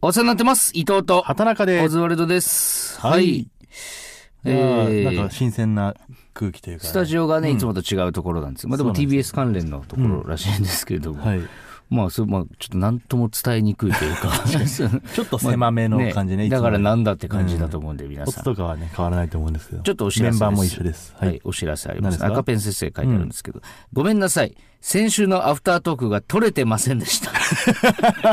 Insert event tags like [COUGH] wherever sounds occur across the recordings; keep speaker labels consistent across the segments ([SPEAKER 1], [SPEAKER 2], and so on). [SPEAKER 1] お世話になってます。伊藤と、
[SPEAKER 2] 畑中
[SPEAKER 1] オ
[SPEAKER 2] で
[SPEAKER 1] ズワルドです。
[SPEAKER 2] は
[SPEAKER 1] はいい。
[SPEAKER 2] いやー
[SPEAKER 1] え
[SPEAKER 2] なん
[SPEAKER 1] ー
[SPEAKER 2] か新鮮な空気というか、
[SPEAKER 1] スタジオがね、いつもと違うところなんです。まあでも
[SPEAKER 2] そうなんで
[SPEAKER 1] TBS 関連のところらしいんですけれども。 [LAUGHS]
[SPEAKER 2] はい、
[SPEAKER 1] まあ、それ、まあ、ちょっと何とも伝えにくいという
[SPEAKER 2] [LAUGHS]
[SPEAKER 1] か。 [LAUGHS]
[SPEAKER 2] ちょっと狭めの感じね,、いつも
[SPEAKER 1] だからなんだって感じだと思うんで、皆
[SPEAKER 2] コ
[SPEAKER 1] さ
[SPEAKER 2] ツ
[SPEAKER 1] ん。
[SPEAKER 2] とかはね変わらないと思うんですけど
[SPEAKER 1] ちょっとお知らせです
[SPEAKER 2] メンバーも一緒ですは、
[SPEAKER 1] はいい、お知らせありま。
[SPEAKER 2] 何ですすか
[SPEAKER 1] 赤ペン先生書いてあるんですけど、ごめんなさい。先週のアフタートークが撮れてませんでした。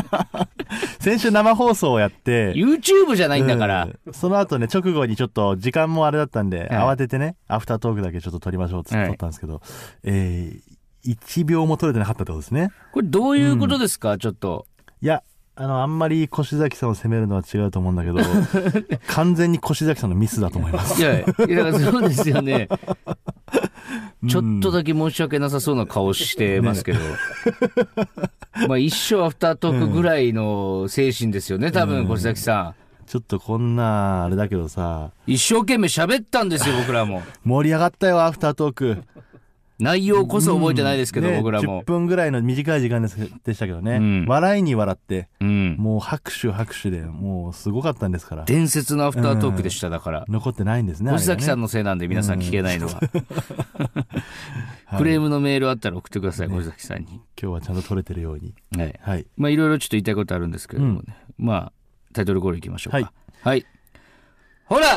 [SPEAKER 2] [LAUGHS] 先週生放送をやって
[SPEAKER 1] YouTube じゃないんだから。
[SPEAKER 2] うんその後ね直後にちょっと時間もあれだったんで、
[SPEAKER 1] はい
[SPEAKER 2] 慌ててねアフタートークだけちょっと撮りましょうって
[SPEAKER 1] はい
[SPEAKER 2] 撮ったんですけど、えー、1秒も撮れてなかったってことですね
[SPEAKER 1] これどういうことですか、ちょっと。
[SPEAKER 2] いやあのあんまり越崎さんを責めるのは違うと思うんだけど
[SPEAKER 1] [LAUGHS]
[SPEAKER 2] 完全に越崎さんのミスだと思います
[SPEAKER 1] いやいや、いやだからそうですよね。ちょっと
[SPEAKER 2] だ
[SPEAKER 1] だけ申し訳なさそうな顔してます
[SPEAKER 2] [LAUGHS]
[SPEAKER 1] けど。まあ一生アフタートークぐらいの精神ですよね、多分、越崎さ
[SPEAKER 2] ちょっとこんなあれだけどさ
[SPEAKER 1] ん。一生懸命喋ったんですよ、僕らも。
[SPEAKER 2] 盛り上がったよアフタートーク
[SPEAKER 1] 内容こそ覚えてないですけど、
[SPEAKER 2] ね
[SPEAKER 1] 僕らも
[SPEAKER 2] 10。分ぐらいの短い時間ですでしたけどね、
[SPEAKER 1] うん
[SPEAKER 2] 笑いに笑って
[SPEAKER 1] うん。
[SPEAKER 2] もう拍手拍手でもうすごかったんですから
[SPEAKER 1] 伝説のアフタートークでした、だから。
[SPEAKER 2] 残ってないんですね
[SPEAKER 1] 越崎さん
[SPEAKER 2] の
[SPEAKER 1] のせいなんで皆さん聞けないのは。
[SPEAKER 2] [LAUGHS]
[SPEAKER 1] クレームのメールあったら送ってください、越崎さんに。
[SPEAKER 2] 今日はちゃんと撮れてるように
[SPEAKER 1] はい。
[SPEAKER 2] はい
[SPEAKER 1] まあいろいろちょっと言いたいことあるんですけれどもね、まあタイトルコールいきましょうか
[SPEAKER 2] はい、
[SPEAKER 1] はいほら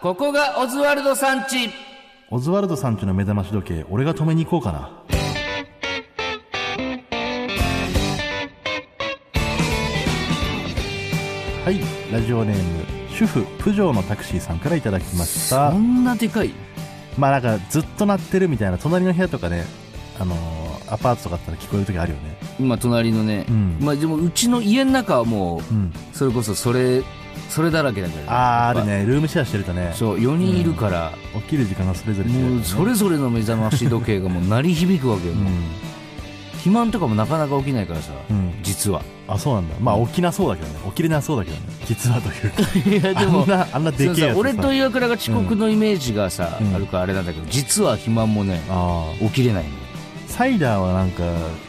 [SPEAKER 1] ここがオズワルドさんち
[SPEAKER 2] オズワルドさんちの目覚まし時計俺が止めに行こうかなはいラジオネーム主婦プジョーのタクシーさんからいただきました
[SPEAKER 1] そんなでかい
[SPEAKER 2] まあなんかずっと鳴ってるみたいな隣の部屋とかねあのーアパートとかあったら聞こえる時あるよね
[SPEAKER 1] 今隣のね、
[SPEAKER 2] うん
[SPEAKER 1] まあでもうちの家の中はもう
[SPEAKER 2] うん
[SPEAKER 1] それこそそれそれだらけだけど
[SPEAKER 2] あーあ
[SPEAKER 1] やっぱ
[SPEAKER 2] るねルームシェアしてるとね
[SPEAKER 1] そう4人いるから、
[SPEAKER 2] 起きる時間がそれぞれ違うからね
[SPEAKER 1] もうそれぞれの目覚まし時計がもう鳴り響くわけよ、
[SPEAKER 2] うん、
[SPEAKER 1] 肥満とかもなかなか起きないからさ、
[SPEAKER 2] うん、
[SPEAKER 1] 実は
[SPEAKER 2] あそうなんだまあ起きなそうだけどね起きれなそうだけどね実はというか
[SPEAKER 1] いや [LAUGHS] で
[SPEAKER 2] あんなあんなで
[SPEAKER 1] そ
[SPEAKER 2] け
[SPEAKER 1] う
[SPEAKER 2] え
[SPEAKER 1] さ
[SPEAKER 2] やつさ
[SPEAKER 1] 俺と岩倉が遅刻のイメージがさ、
[SPEAKER 2] うん
[SPEAKER 1] あるからあれなんだけど実は肥満もね
[SPEAKER 2] あ
[SPEAKER 1] 起きれないのよ
[SPEAKER 2] ーサイダーはなんか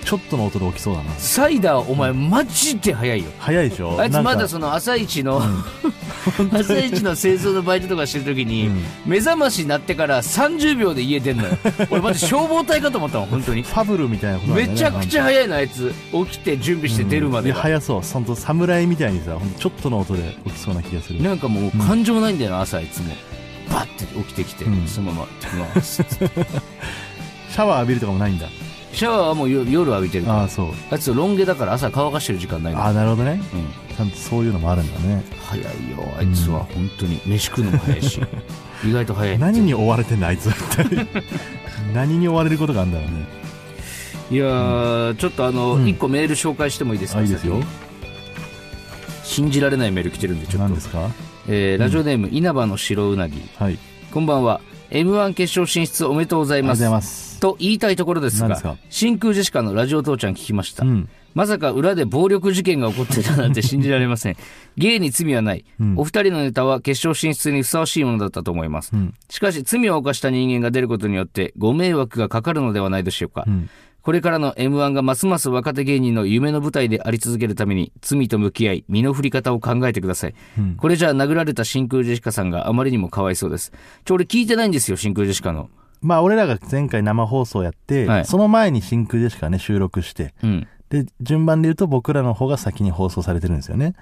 [SPEAKER 2] ちょっとの音で起きそうだな
[SPEAKER 1] サイダーお前マジで早いよ
[SPEAKER 2] 早いでしょ
[SPEAKER 1] あいつ
[SPEAKER 2] なんか
[SPEAKER 1] まだその朝一の [LAUGHS] 朝一の製造のバイトとかしてる時に、
[SPEAKER 2] うん
[SPEAKER 1] 目覚ましになってから30秒で家出んの
[SPEAKER 2] [LAUGHS]
[SPEAKER 1] よ俺マジ消防隊かと思ったもん本当に
[SPEAKER 2] ファブルみたいなことなんだ
[SPEAKER 1] め
[SPEAKER 2] よね
[SPEAKER 1] ちゃくちゃ早いのあいつ起きて準備して出るまで
[SPEAKER 2] うんいや
[SPEAKER 1] が、
[SPEAKER 2] 早そうその侍みたいにさほんとちょっとの音で起きそうな気がする
[SPEAKER 1] なんかもう感情ないんだよな朝いつもバッて起きてきて、
[SPEAKER 2] うん
[SPEAKER 1] そのまま行きます
[SPEAKER 2] シャワー浴びるとかもないんだ
[SPEAKER 1] シャワーはもう夜夜浴びてるから
[SPEAKER 2] ああそう
[SPEAKER 1] あいつロン毛だから朝乾かしてる時間ないの
[SPEAKER 2] ああなるほどね
[SPEAKER 1] うん
[SPEAKER 2] ちゃんとそういうのもあるんだね
[SPEAKER 1] 早いよあいつは本当に飯食うのも早い
[SPEAKER 2] [LAUGHS]
[SPEAKER 1] し意外と早い
[SPEAKER 2] 何に追われてんだあいつは一体 [LAUGHS] 何に追われることがあるんだろうね
[SPEAKER 1] いやーちょっとあの、
[SPEAKER 2] うん
[SPEAKER 1] 一個メール紹介してもいいですか
[SPEAKER 2] あいいですよ
[SPEAKER 1] 先に信じられないメール来てるんでちょっ
[SPEAKER 2] 何
[SPEAKER 1] と
[SPEAKER 2] で、すか
[SPEAKER 1] えーラジオネーム、稲葉の白うなぎ
[SPEAKER 2] はい
[SPEAKER 1] こんばんは m 1決勝進出おめでとうござ
[SPEAKER 2] あ
[SPEAKER 1] い
[SPEAKER 2] りがとうご
[SPEAKER 1] ます
[SPEAKER 2] ざいます
[SPEAKER 1] と言いたいところですが
[SPEAKER 2] 何ですか
[SPEAKER 1] 真空ジェシカのラジオ父ちゃん聞きました、
[SPEAKER 2] うん
[SPEAKER 1] まさか裏で暴力事件が起こってたなんて [LAUGHS] 信じられません芸に罪はない、
[SPEAKER 2] うん
[SPEAKER 1] お二人のネタは決勝進出にふさわしいものだったと思います
[SPEAKER 2] うん
[SPEAKER 1] しかし罪を犯した人間が出ることによってご迷惑がかかるのではないでしょうか、
[SPEAKER 2] うん
[SPEAKER 1] これからの m 1がますます若手芸人の夢の舞台であり続けるために罪と向き合い身の振り方を考えてください、
[SPEAKER 2] うん
[SPEAKER 1] これじゃあ殴られた真空ジェシカさんがあまりにもかわいそうですちょ俺聞いてないんですよ真空ジェシカの
[SPEAKER 2] まあ俺らが前回生放送やって、
[SPEAKER 1] はい
[SPEAKER 2] その前に真空ジェシカね収録して
[SPEAKER 1] うん
[SPEAKER 2] で順番で言うと僕らの方が先に放送されてるんですよね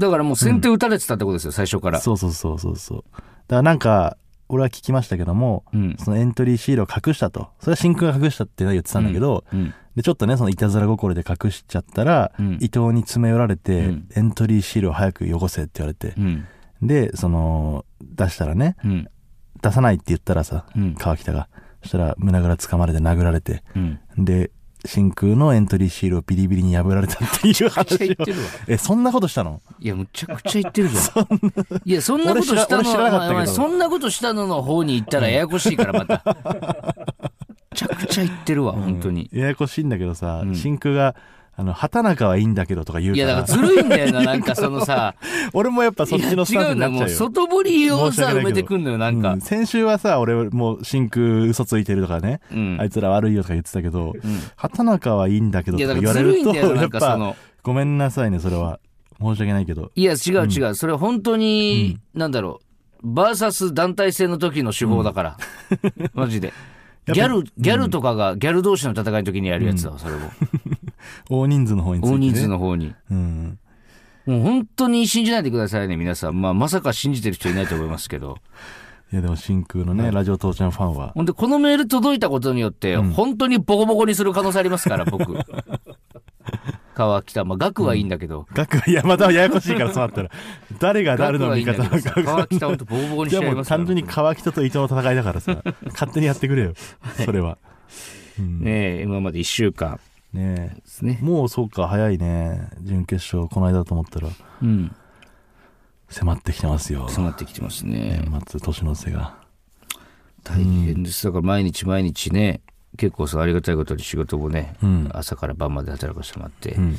[SPEAKER 1] だからもう先手打たれてたってことですよ、最初から
[SPEAKER 2] そうそうそうそうそうだからなんか俺は聞きましたけども
[SPEAKER 1] うん
[SPEAKER 2] そのエントリーシールを隠したとそれは真空が隠したって言ってたんだけど、
[SPEAKER 1] うん
[SPEAKER 2] でちょっとねそのいたずら心で隠しちゃったら、
[SPEAKER 1] うん
[SPEAKER 2] 伊藤に詰め寄られて、
[SPEAKER 1] うん
[SPEAKER 2] エントリーシールを早く汚せって言われて
[SPEAKER 1] う、ん
[SPEAKER 2] でその出したらね
[SPEAKER 1] うん
[SPEAKER 2] 出さないって言ったらさ、
[SPEAKER 1] うん
[SPEAKER 2] 川北がそしたら胸ぐらつかまれて殴られて
[SPEAKER 1] うん
[SPEAKER 2] で真空のエントリーシールをビリビリに破られたってい
[SPEAKER 1] め
[SPEAKER 2] う
[SPEAKER 1] ちゃくちゃ
[SPEAKER 2] 話
[SPEAKER 1] 言っ
[SPEAKER 2] を
[SPEAKER 1] てるわ
[SPEAKER 2] えそんなことしたの
[SPEAKER 1] いやむちゃくちゃ言ってる
[SPEAKER 2] [LAUGHS]
[SPEAKER 1] じゃんいやそんなこと
[SPEAKER 2] 俺知ら
[SPEAKER 1] したの
[SPEAKER 2] 俺知らなか
[SPEAKER 1] お
[SPEAKER 2] ったけど
[SPEAKER 1] 前お前そんなことしたのの方に行ったらややこしいからまためちゃくちゃ言ってるわ本当に、
[SPEAKER 2] ややこしいんだけどさ、
[SPEAKER 1] うん
[SPEAKER 2] 真空が「あの畑中はいいんだけど」とか言う
[SPEAKER 1] い
[SPEAKER 2] か
[SPEAKER 1] やだかららずるいんだよななんかそのさ
[SPEAKER 2] 俺もやっぱ [LAUGHS] そっちのス
[SPEAKER 1] いや違
[SPEAKER 2] タンス
[SPEAKER 1] うんだ
[SPEAKER 2] にな
[SPEAKER 1] よ
[SPEAKER 2] っ
[SPEAKER 1] もう
[SPEAKER 2] ちゃうよ
[SPEAKER 1] 外堀を
[SPEAKER 2] 申し
[SPEAKER 1] さ
[SPEAKER 2] 訳ないけど
[SPEAKER 1] 埋めてくんのよなん
[SPEAKER 2] う
[SPEAKER 1] か
[SPEAKER 2] ん、先週はさ俺もう真空嘘ついてるとかね、
[SPEAKER 1] うん
[SPEAKER 2] あいつら悪いよとか言ってたけど、畑中はいいんだけど
[SPEAKER 1] い
[SPEAKER 2] と
[SPEAKER 1] や
[SPEAKER 2] か
[SPEAKER 1] だか
[SPEAKER 2] 言
[SPEAKER 1] ら
[SPEAKER 2] わ
[SPEAKER 1] ずるい
[SPEAKER 2] れる
[SPEAKER 1] ん
[SPEAKER 2] と
[SPEAKER 1] だよな
[SPEAKER 2] や
[SPEAKER 1] な
[SPEAKER 2] っ
[SPEAKER 1] んかそ
[SPEAKER 2] ぱ
[SPEAKER 1] の
[SPEAKER 2] ごめんなさいねそれは申し訳ないけど。
[SPEAKER 1] いや、違う違う。それ本当に、なんだろう。バーサス団体戦の時の手法だから。
[SPEAKER 2] [LAUGHS]
[SPEAKER 1] マジで。ギャル、ギャルとかが、ギャル同士の戦いの時にやるやつだわ、それも。
[SPEAKER 2] 大人数の方について、ね。
[SPEAKER 1] 大人数。の方に。
[SPEAKER 2] うん。
[SPEAKER 1] もう本当に信じないでくださいね、皆さん。まあ、まさか信じてる人いないと思いますけど。
[SPEAKER 2] いや、でも真空のね、ラジオ父ちゃんファンは。
[SPEAKER 1] ほんで、このメール届いたことによって、本当にボコボコにする可能性ありますから、
[SPEAKER 2] [LAUGHS]
[SPEAKER 1] 僕。川北。まあ、額はいいんだけど。
[SPEAKER 2] 学、いや、またややこしいから、そうなったら。誰が誰
[SPEAKER 1] 額
[SPEAKER 2] の
[SPEAKER 1] はいい
[SPEAKER 2] 味
[SPEAKER 1] んだけ
[SPEAKER 2] 方なの
[SPEAKER 1] どさ。
[SPEAKER 2] か
[SPEAKER 1] 川北ほんとボコボコにし
[SPEAKER 2] じゃ
[SPEAKER 1] ちゃい
[SPEAKER 2] あも
[SPEAKER 1] ま
[SPEAKER 2] う
[SPEAKER 1] すから。
[SPEAKER 2] 単純に川北と伊藤の戦いだからさ、勝手にやってくれよ。それは。うん、ね
[SPEAKER 1] ねえ、今まで1週間
[SPEAKER 2] え
[SPEAKER 1] ですね。
[SPEAKER 2] もうそうか、早いね。準決勝、この間だと思ったら、
[SPEAKER 1] うん。
[SPEAKER 2] 迫ってきてますよ。
[SPEAKER 1] そうなってきてますね。
[SPEAKER 2] 年末、年の瀬が。
[SPEAKER 1] 大変です。だから毎日毎日ね、結構そうありがたいことに仕事もね、
[SPEAKER 2] うん
[SPEAKER 1] 朝から晩まで働かせてもらって、
[SPEAKER 2] うん。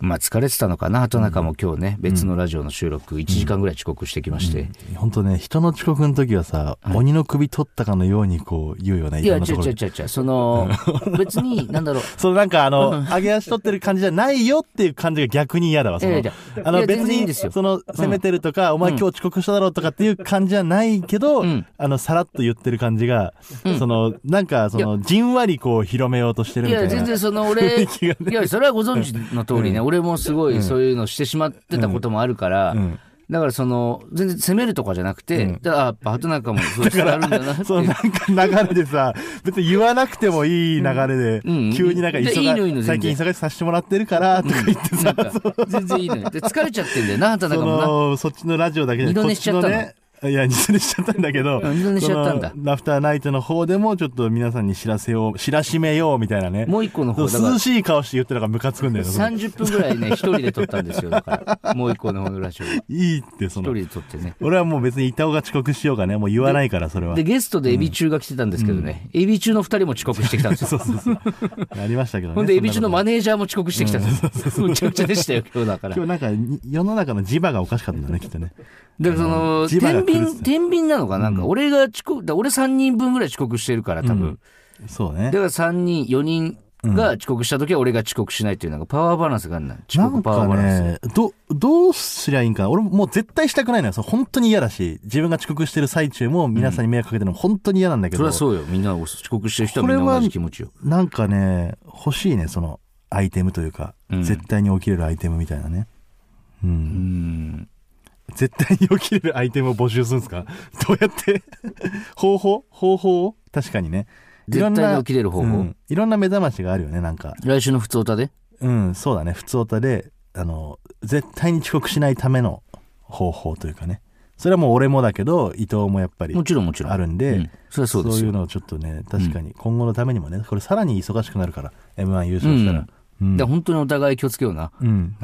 [SPEAKER 1] まあ疲れてたのかな、畑中も今日ね、別のラジオの収録1時間ぐらい遅刻してきまして。
[SPEAKER 2] 本当ね、人の遅刻の時はさ、鬼の首取ったかのようにこう言うよね、
[SPEAKER 1] い
[SPEAKER 2] い
[SPEAKER 1] や、
[SPEAKER 2] ろん
[SPEAKER 1] 違
[SPEAKER 2] なと
[SPEAKER 1] う
[SPEAKER 2] ころ
[SPEAKER 1] 違う
[SPEAKER 2] で。
[SPEAKER 1] 違う違う、その、別に、なんだろう、
[SPEAKER 2] そのなんかあの、上げ足取ってる感じじゃないよっていう感じが逆に嫌だわ。そ
[SPEAKER 1] い
[SPEAKER 2] の
[SPEAKER 1] やいやいや
[SPEAKER 2] [LAUGHS] あ
[SPEAKER 1] い
[SPEAKER 2] の
[SPEAKER 1] や
[SPEAKER 2] 別
[SPEAKER 1] 全然いいん
[SPEAKER 2] に、
[SPEAKER 1] ですよ
[SPEAKER 2] その責めてるとか、お前今日遅刻しただろうとかっていう感じじゃないけど、
[SPEAKER 1] うん
[SPEAKER 2] あの、さらっと言ってる感じが、その、なんかその、じんわりこう広めようとしてる
[SPEAKER 1] い
[SPEAKER 2] みたい
[SPEAKER 1] や、
[SPEAKER 2] な。
[SPEAKER 1] 全然その
[SPEAKER 2] [LAUGHS]
[SPEAKER 1] 俺、い
[SPEAKER 2] 気がね
[SPEAKER 1] や、それはご存知の通りね、俺もすごいそういうのしてしまってたこともあるから、
[SPEAKER 2] うん
[SPEAKER 1] だからその、全然責めるとかじゃなくて、だからあやっぱ畑中もそういう人あるんだなっていう。
[SPEAKER 2] そのなんか流れでさ、別に言わなくてもいい流れで、
[SPEAKER 1] うん
[SPEAKER 2] 急になんか急
[SPEAKER 1] いやいいのいいの
[SPEAKER 2] が、最近
[SPEAKER 1] 全
[SPEAKER 2] 忙しくさせてもらってるから、とか言って
[SPEAKER 1] な
[SPEAKER 2] さ
[SPEAKER 1] ん、か全然いいのよ。で疲れちゃってんだよな、畑
[SPEAKER 2] そ
[SPEAKER 1] 中もな。
[SPEAKER 2] のそっちのラジオだけじゃな
[SPEAKER 1] 二度
[SPEAKER 2] く
[SPEAKER 1] 寝
[SPEAKER 2] て、
[SPEAKER 1] しちゃ
[SPEAKER 2] こっ
[SPEAKER 1] っ
[SPEAKER 2] ち
[SPEAKER 1] たの
[SPEAKER 2] のね、いや、 [LAUGHS] 二度寝しちゃったんだけど、
[SPEAKER 1] うん二度寝しちゃったんだ
[SPEAKER 2] そのラフターナイトの方でも、ちょっと皆さんに知らせよう、知らしめようみたいなね。
[SPEAKER 1] もう一個の方、だ
[SPEAKER 2] そう
[SPEAKER 1] から
[SPEAKER 2] 涼しい顔して言ってるのがムカつくんだよね。その
[SPEAKER 1] 30分ぐらいね、一人で撮ったんですよ、だ
[SPEAKER 2] [LAUGHS]
[SPEAKER 1] から。もう一個の方のラジオは。一
[SPEAKER 2] いいって、そ
[SPEAKER 1] 人
[SPEAKER 2] の。
[SPEAKER 1] で撮ってね。
[SPEAKER 2] 俺はもう別に板尾が遅刻しようがね、もう言わないから、それは
[SPEAKER 1] で、。ゲストでエビ中が来てたんですけどね、エビ中の二人も遅刻してきたんですよ。
[SPEAKER 2] [LAUGHS] そうそうそう。ありましたけどね。
[SPEAKER 1] ほんで、エ
[SPEAKER 2] そ
[SPEAKER 1] ビ
[SPEAKER 2] なこ
[SPEAKER 1] 中
[SPEAKER 2] と
[SPEAKER 1] のマネージャーも遅刻してきたんですよ。むちゃくちゃでしたよ、今日だから。
[SPEAKER 2] 今日なんかに、世の中の磁場がおかしかったんだね、きっとね。
[SPEAKER 1] だからその、
[SPEAKER 2] 磁場
[SPEAKER 1] 天
[SPEAKER 2] が狂ってた
[SPEAKER 1] 秤、天秤なのかななんか、俺が遅刻、だから俺3人分ぐらい遅刻してるから、多分。
[SPEAKER 2] そう
[SPEAKER 1] だ
[SPEAKER 2] ね
[SPEAKER 1] か。ら3人、4人が遅刻した時は俺が遅刻しないっていう、なんかパワーバランスがあるな。遅
[SPEAKER 2] な
[SPEAKER 1] 刻
[SPEAKER 2] ん
[SPEAKER 1] パワ
[SPEAKER 2] か
[SPEAKER 1] ーバランス。
[SPEAKER 2] ね、ど、どうすりゃいいんかな。俺もう絶対したくないのよ。そう本当に嫌だし、自分が遅刻してる最中も皆さんに迷惑かけてるのも本当に嫌なんだけ
[SPEAKER 1] そ
[SPEAKER 2] ど、
[SPEAKER 1] りゃそうよ。みんな遅刻してる人は
[SPEAKER 2] こ
[SPEAKER 1] み
[SPEAKER 2] れ
[SPEAKER 1] ん
[SPEAKER 2] は
[SPEAKER 1] な同じ気持ちよ。
[SPEAKER 2] なんかね、欲しいね、そのアイテムというか、
[SPEAKER 1] うん
[SPEAKER 2] 絶対に起きれるアイテムみたいなね。う。
[SPEAKER 1] うんん。
[SPEAKER 2] 絶対に起きれるアイテムを募集するんですか [LAUGHS] どうやって方法方法を確かにね。いろ
[SPEAKER 1] 絶
[SPEAKER 2] んな
[SPEAKER 1] 対に起きれる方法。
[SPEAKER 2] うんいろんな目覚ましがあるよね、なんか。
[SPEAKER 1] 来週の普通歌で
[SPEAKER 2] うん、そうだね。普通オタで、あの、絶対に遅刻しないための方法というかね。それはもう俺もだけど、伊藤もやっぱり
[SPEAKER 1] もちろんもちろん。
[SPEAKER 2] あるんで、
[SPEAKER 1] うんそれはそうです
[SPEAKER 2] い
[SPEAKER 1] よ。
[SPEAKER 2] うのをちょっとね、確かに今後のためにもね、これさらに忙しくなるから、M1 優勝したら。うん。
[SPEAKER 1] だから本当にお互い気をつけような。
[SPEAKER 2] うん。 [LAUGHS]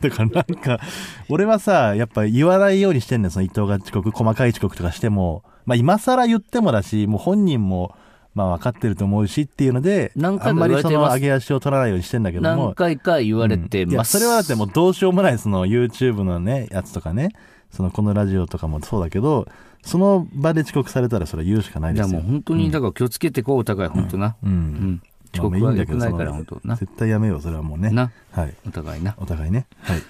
[SPEAKER 2] だからなんか、俺はさ、やっぱ言わないようにしてんのよ、その伊藤が遅刻、細かい遅刻とかしても、まあ今更言ってもだし、もう本人も、まあ分かってると思うしっていうので、
[SPEAKER 1] 何
[SPEAKER 2] あ
[SPEAKER 1] 回
[SPEAKER 2] ん
[SPEAKER 1] も
[SPEAKER 2] ま
[SPEAKER 1] 言わ
[SPEAKER 2] り
[SPEAKER 1] れて
[SPEAKER 2] そ
[SPEAKER 1] ます
[SPEAKER 2] の上げ足を取らないようにしてんだけども
[SPEAKER 1] 何、回か言われて
[SPEAKER 2] いや
[SPEAKER 1] ます。
[SPEAKER 2] それはだってもうどうしようもないその YouTube のねやつとかねそのこのラジオとかもそうだけどその場で遅刻されたらそれは言うしかないで
[SPEAKER 1] だか
[SPEAKER 2] す
[SPEAKER 1] らもう
[SPEAKER 2] よ、
[SPEAKER 1] 本当に、だから気をつけてこう、お互い本当な。
[SPEAKER 2] うん
[SPEAKER 1] うん。遅
[SPEAKER 2] まあ
[SPEAKER 1] 刻は良
[SPEAKER 2] そ
[SPEAKER 1] く
[SPEAKER 2] の
[SPEAKER 1] ないから、本当な。
[SPEAKER 2] 絶対やめようそれはもうね
[SPEAKER 1] な。
[SPEAKER 2] はい
[SPEAKER 1] お互いな。
[SPEAKER 2] お互いねはい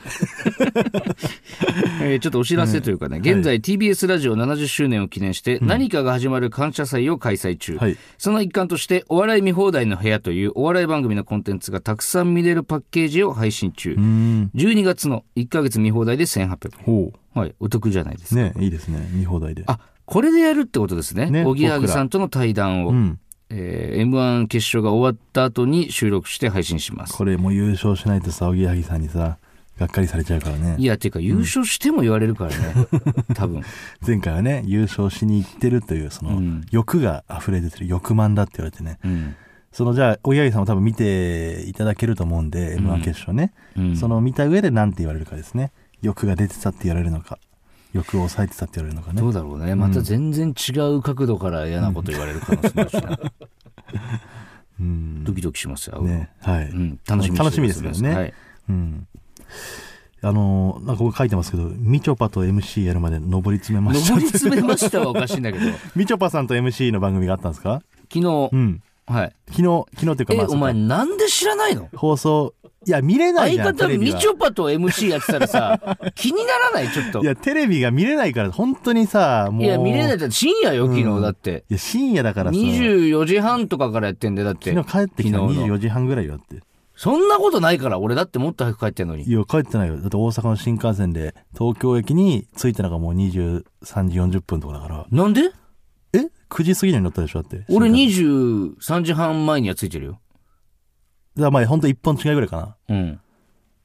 [SPEAKER 1] えーちょっとお知らせというかね、現在 TBS ラジオ70周年を記念して、何かが始まる感謝祭を開催中。
[SPEAKER 2] はい
[SPEAKER 1] その一環として、お笑い見放題の部屋というお笑い番組のコンテンツがたくさん見れるパッケージを配信中
[SPEAKER 2] うー。ん
[SPEAKER 1] 12月の1ヶ月見放題で1800円。
[SPEAKER 2] ほ
[SPEAKER 1] はい、お得じゃないです
[SPEAKER 2] う
[SPEAKER 1] か。
[SPEAKER 2] ねいいですね見放題で
[SPEAKER 1] あ、これでやるってことですね。
[SPEAKER 2] ね
[SPEAKER 1] おぎやはぎさんとの対談を、
[SPEAKER 2] うん
[SPEAKER 1] えー M1 決勝が終わった後に収録して配信します。
[SPEAKER 2] これもう優勝しないとさおぎやはぎさんにさがっかりされちゃうからね
[SPEAKER 1] いや、ていうか優勝しても言われるからね。 [LAUGHS] 多分。
[SPEAKER 2] 前回はね優勝しに行ってるというその、
[SPEAKER 1] うん
[SPEAKER 2] 欲が溢れ出てる欲満だって言われてね
[SPEAKER 1] うん。
[SPEAKER 2] そのじゃあ、おぎやはぎさんも多分見ていただけると思うんで、M1 決勝ね。
[SPEAKER 1] うん
[SPEAKER 2] その見た上で何て言われるかですね。欲が出てたって言われるのか、欲を抑えてたって言われるのか
[SPEAKER 1] ど
[SPEAKER 2] ね。
[SPEAKER 1] うだろうね。また全然違う角度から嫌なこと言われる可能性もあるしな。
[SPEAKER 2] うん。
[SPEAKER 1] ドキドキしますよ。
[SPEAKER 2] ね。はい。
[SPEAKER 1] うん、楽しみにしてます
[SPEAKER 2] 楽しみですよね
[SPEAKER 1] はい。
[SPEAKER 2] うん。あのーなんかここ書いてますけど、みちょぱと MC やるまで上り詰めました
[SPEAKER 1] 上。り詰めましたはおかしいんだけど、昨
[SPEAKER 2] みちょぱさんと MC の番組があったんですか
[SPEAKER 1] 日、
[SPEAKER 2] うん。
[SPEAKER 1] はい。
[SPEAKER 2] 昨日、昨日っていうか、
[SPEAKER 1] え、
[SPEAKER 2] まあ、
[SPEAKER 1] お前
[SPEAKER 2] その
[SPEAKER 1] なんで知らないの
[SPEAKER 2] 放送、いや、見れないじ
[SPEAKER 1] 相
[SPEAKER 2] ゃん、
[SPEAKER 1] 方
[SPEAKER 2] テレビ
[SPEAKER 1] み
[SPEAKER 2] は
[SPEAKER 1] ち。ょぱと MC やってたら
[SPEAKER 2] [LAUGHS]
[SPEAKER 1] さ、気にならないちょっと。
[SPEAKER 2] い
[SPEAKER 1] いや、
[SPEAKER 2] や、テレビが見れないから、本当にさ、もう。
[SPEAKER 1] 見れないだって深夜よ、昨
[SPEAKER 2] う
[SPEAKER 1] 日
[SPEAKER 2] ん
[SPEAKER 1] だって。
[SPEAKER 2] いや、深夜だからさ、
[SPEAKER 1] 24時半とかからやってんだよ、だって。
[SPEAKER 2] 昨日帰ってきたの
[SPEAKER 1] 昨日の
[SPEAKER 2] 24時半ぐらいよだって。
[SPEAKER 1] そんなことないから、俺だってもっと早く帰ってんのに。
[SPEAKER 2] いや、帰ってないよ。だって大阪の新幹線で、東京駅に着いたのがもう23時40分とかだから。
[SPEAKER 1] なんで
[SPEAKER 2] え ?9 時過ぎに乗ったでしょだって。
[SPEAKER 1] 俺
[SPEAKER 2] 新幹線。
[SPEAKER 1] 23時半前にはついてるよ。
[SPEAKER 2] だからまあ、ほんと1本違いぐらいかな。
[SPEAKER 1] うん。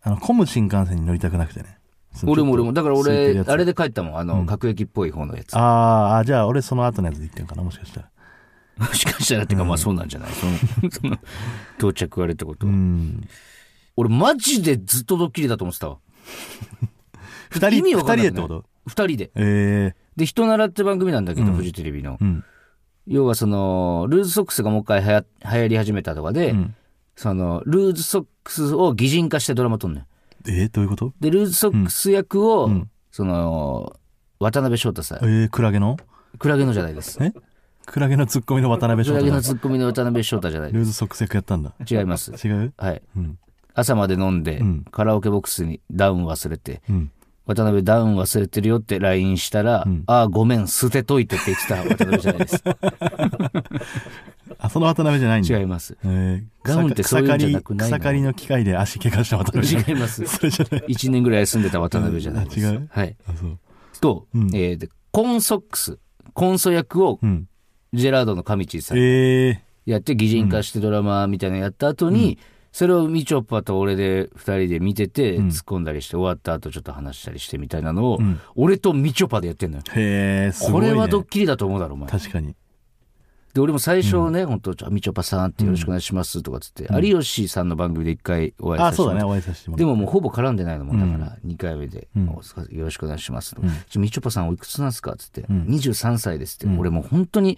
[SPEAKER 2] あの、混む新幹線に乗りたくなくてね。その
[SPEAKER 1] 俺も俺も。だから
[SPEAKER 2] 空いてる
[SPEAKER 1] 俺
[SPEAKER 2] や、つ
[SPEAKER 1] あれで帰ったもん。あの、各駅っぽい方のやつ。
[SPEAKER 2] あーあ、じゃあ俺その後のやつで行ってんかな、もしかしたら。
[SPEAKER 1] [LAUGHS] もしかしたらってか、まあそうなんじゃないその、 [LAUGHS] その、到着あれってこと
[SPEAKER 2] う。ん。
[SPEAKER 1] 俺マジでずっとドッキリだと思ってたわ。
[SPEAKER 2] 二
[SPEAKER 1] 意
[SPEAKER 2] 人、
[SPEAKER 1] 味
[SPEAKER 2] 二
[SPEAKER 1] わか
[SPEAKER 2] 人
[SPEAKER 1] んなくない
[SPEAKER 2] でってこと
[SPEAKER 1] 二人で。
[SPEAKER 2] え
[SPEAKER 1] で、人ならって番組なんだけど、フジテレビの
[SPEAKER 2] え。うん。
[SPEAKER 1] 要はその、ルーズソックスがもう一回はや流行り始めたとかで、
[SPEAKER 2] うん
[SPEAKER 1] その、ルーズソックスを擬人化してドラマ撮んねん。
[SPEAKER 2] えー、どういうこと
[SPEAKER 1] で、ルーズソックス役を、
[SPEAKER 2] ん
[SPEAKER 1] その、渡辺翔太さ
[SPEAKER 2] え
[SPEAKER 1] ん。
[SPEAKER 2] ー、クラゲの
[SPEAKER 1] クラゲのじゃないです。
[SPEAKER 2] えクラゲのツッコミの渡
[SPEAKER 1] ク
[SPEAKER 2] 辺翔
[SPEAKER 1] ラゲ
[SPEAKER 2] 太
[SPEAKER 1] の
[SPEAKER 2] だ。
[SPEAKER 1] ツッコミの渡辺翔太じゃないで
[SPEAKER 2] ルーズ即席やったんだ。
[SPEAKER 1] す。違います。
[SPEAKER 2] 違う
[SPEAKER 1] はい。
[SPEAKER 2] うん。
[SPEAKER 1] 朝まで飲んで、
[SPEAKER 2] ん
[SPEAKER 1] カラオケボックスにダウン忘れて、
[SPEAKER 2] うん。
[SPEAKER 1] 渡辺ダウン忘れてるよって LINE したら、ああ、ごめん、捨てといてって言ってた渡辺じゃない
[SPEAKER 2] [LAUGHS]
[SPEAKER 1] です。
[SPEAKER 2] あ、その渡辺じゃないんだ。
[SPEAKER 1] 違います。
[SPEAKER 2] えー
[SPEAKER 1] ダウンってそういうんじゃなくないの
[SPEAKER 2] 草刈りの機械で足怪我した渡辺じゃ
[SPEAKER 1] [LAUGHS]
[SPEAKER 2] ない
[SPEAKER 1] 違います。
[SPEAKER 2] それじゃない。
[SPEAKER 1] 1年ぐらい休んでた渡辺じゃないです。
[SPEAKER 2] あ違う
[SPEAKER 1] はい。
[SPEAKER 2] あ、そう。
[SPEAKER 1] と、
[SPEAKER 2] ん
[SPEAKER 1] えーで、コンソックス、コンソ役を
[SPEAKER 2] うん。
[SPEAKER 1] ジェラードの上地さん
[SPEAKER 2] ええ
[SPEAKER 1] やって、擬人化してドラマみたいなのやった後に、それをみちょぱと俺で2人で見てて、突っ込んだりして、終わった後ちょっと話したりしてみたいなのを、俺とみちょぱでやってんのよ。
[SPEAKER 2] ー。へえ、す
[SPEAKER 1] こ
[SPEAKER 2] ごい、ね。
[SPEAKER 1] れはドッキリだと思うだろ、お前。
[SPEAKER 2] 確かに。
[SPEAKER 1] で、俺も最初ね、本当じゃあみちょぱさんってよろしくお願いしますとかつって、有吉さんの番組で一回お会いさ
[SPEAKER 2] あ、
[SPEAKER 1] せて
[SPEAKER 2] そ
[SPEAKER 1] も
[SPEAKER 2] う
[SPEAKER 1] らっ
[SPEAKER 2] だね。
[SPEAKER 1] て、
[SPEAKER 2] お会いさせてもら
[SPEAKER 1] で
[SPEAKER 2] っ
[SPEAKER 1] ももうほぼ絡んでないのもんだから、2回目で、もうよろしくお願いしますと。ちょみちょぱさんおいくつなんですかつって、23歳ですって、俺もう本当に、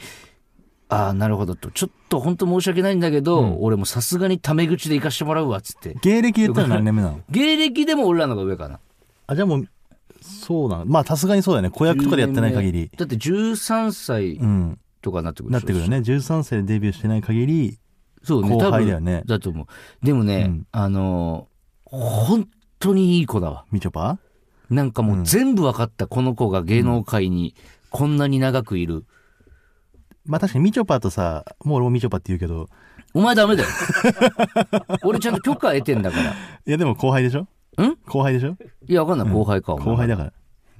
[SPEAKER 1] ああ、なるほどと、ちょっと本当申し訳ないんだけど、俺もさすがにタメ口で行かしてもらうわ、つって
[SPEAKER 2] た。。芸歴言ったら何年目なの
[SPEAKER 1] 芸歴でも俺らの方が上かな。
[SPEAKER 2] あ、じゃあもう、そうなの。まあ、さすがにそうだよね。子役とかでやってない限り。
[SPEAKER 1] だって13歳
[SPEAKER 2] うん。
[SPEAKER 1] とかになってくる
[SPEAKER 2] な
[SPEAKER 1] でし
[SPEAKER 2] っ
[SPEAKER 1] ょ
[SPEAKER 2] てくるよね。13歳でデビューしてない限り、
[SPEAKER 1] そうね、
[SPEAKER 2] 後輩だよね
[SPEAKER 1] 多分だと思う。でもね、
[SPEAKER 2] うん
[SPEAKER 1] あのー本当にいい子だわ。
[SPEAKER 2] みちょぱ
[SPEAKER 1] なんかもう全部分かった、この子が芸能界にこんなに長くいる。
[SPEAKER 2] まあ確かにみちょぱとさ、もう俺もみちょぱって言うけど、
[SPEAKER 1] お前ダメだよ。 [LAUGHS] 俺ちゃんと許可得てんだから。
[SPEAKER 2] いやでも後輩でしょ
[SPEAKER 1] ん
[SPEAKER 2] 後輩でしょ
[SPEAKER 1] いや、わかんない。後輩か。お前
[SPEAKER 2] 後輩だから。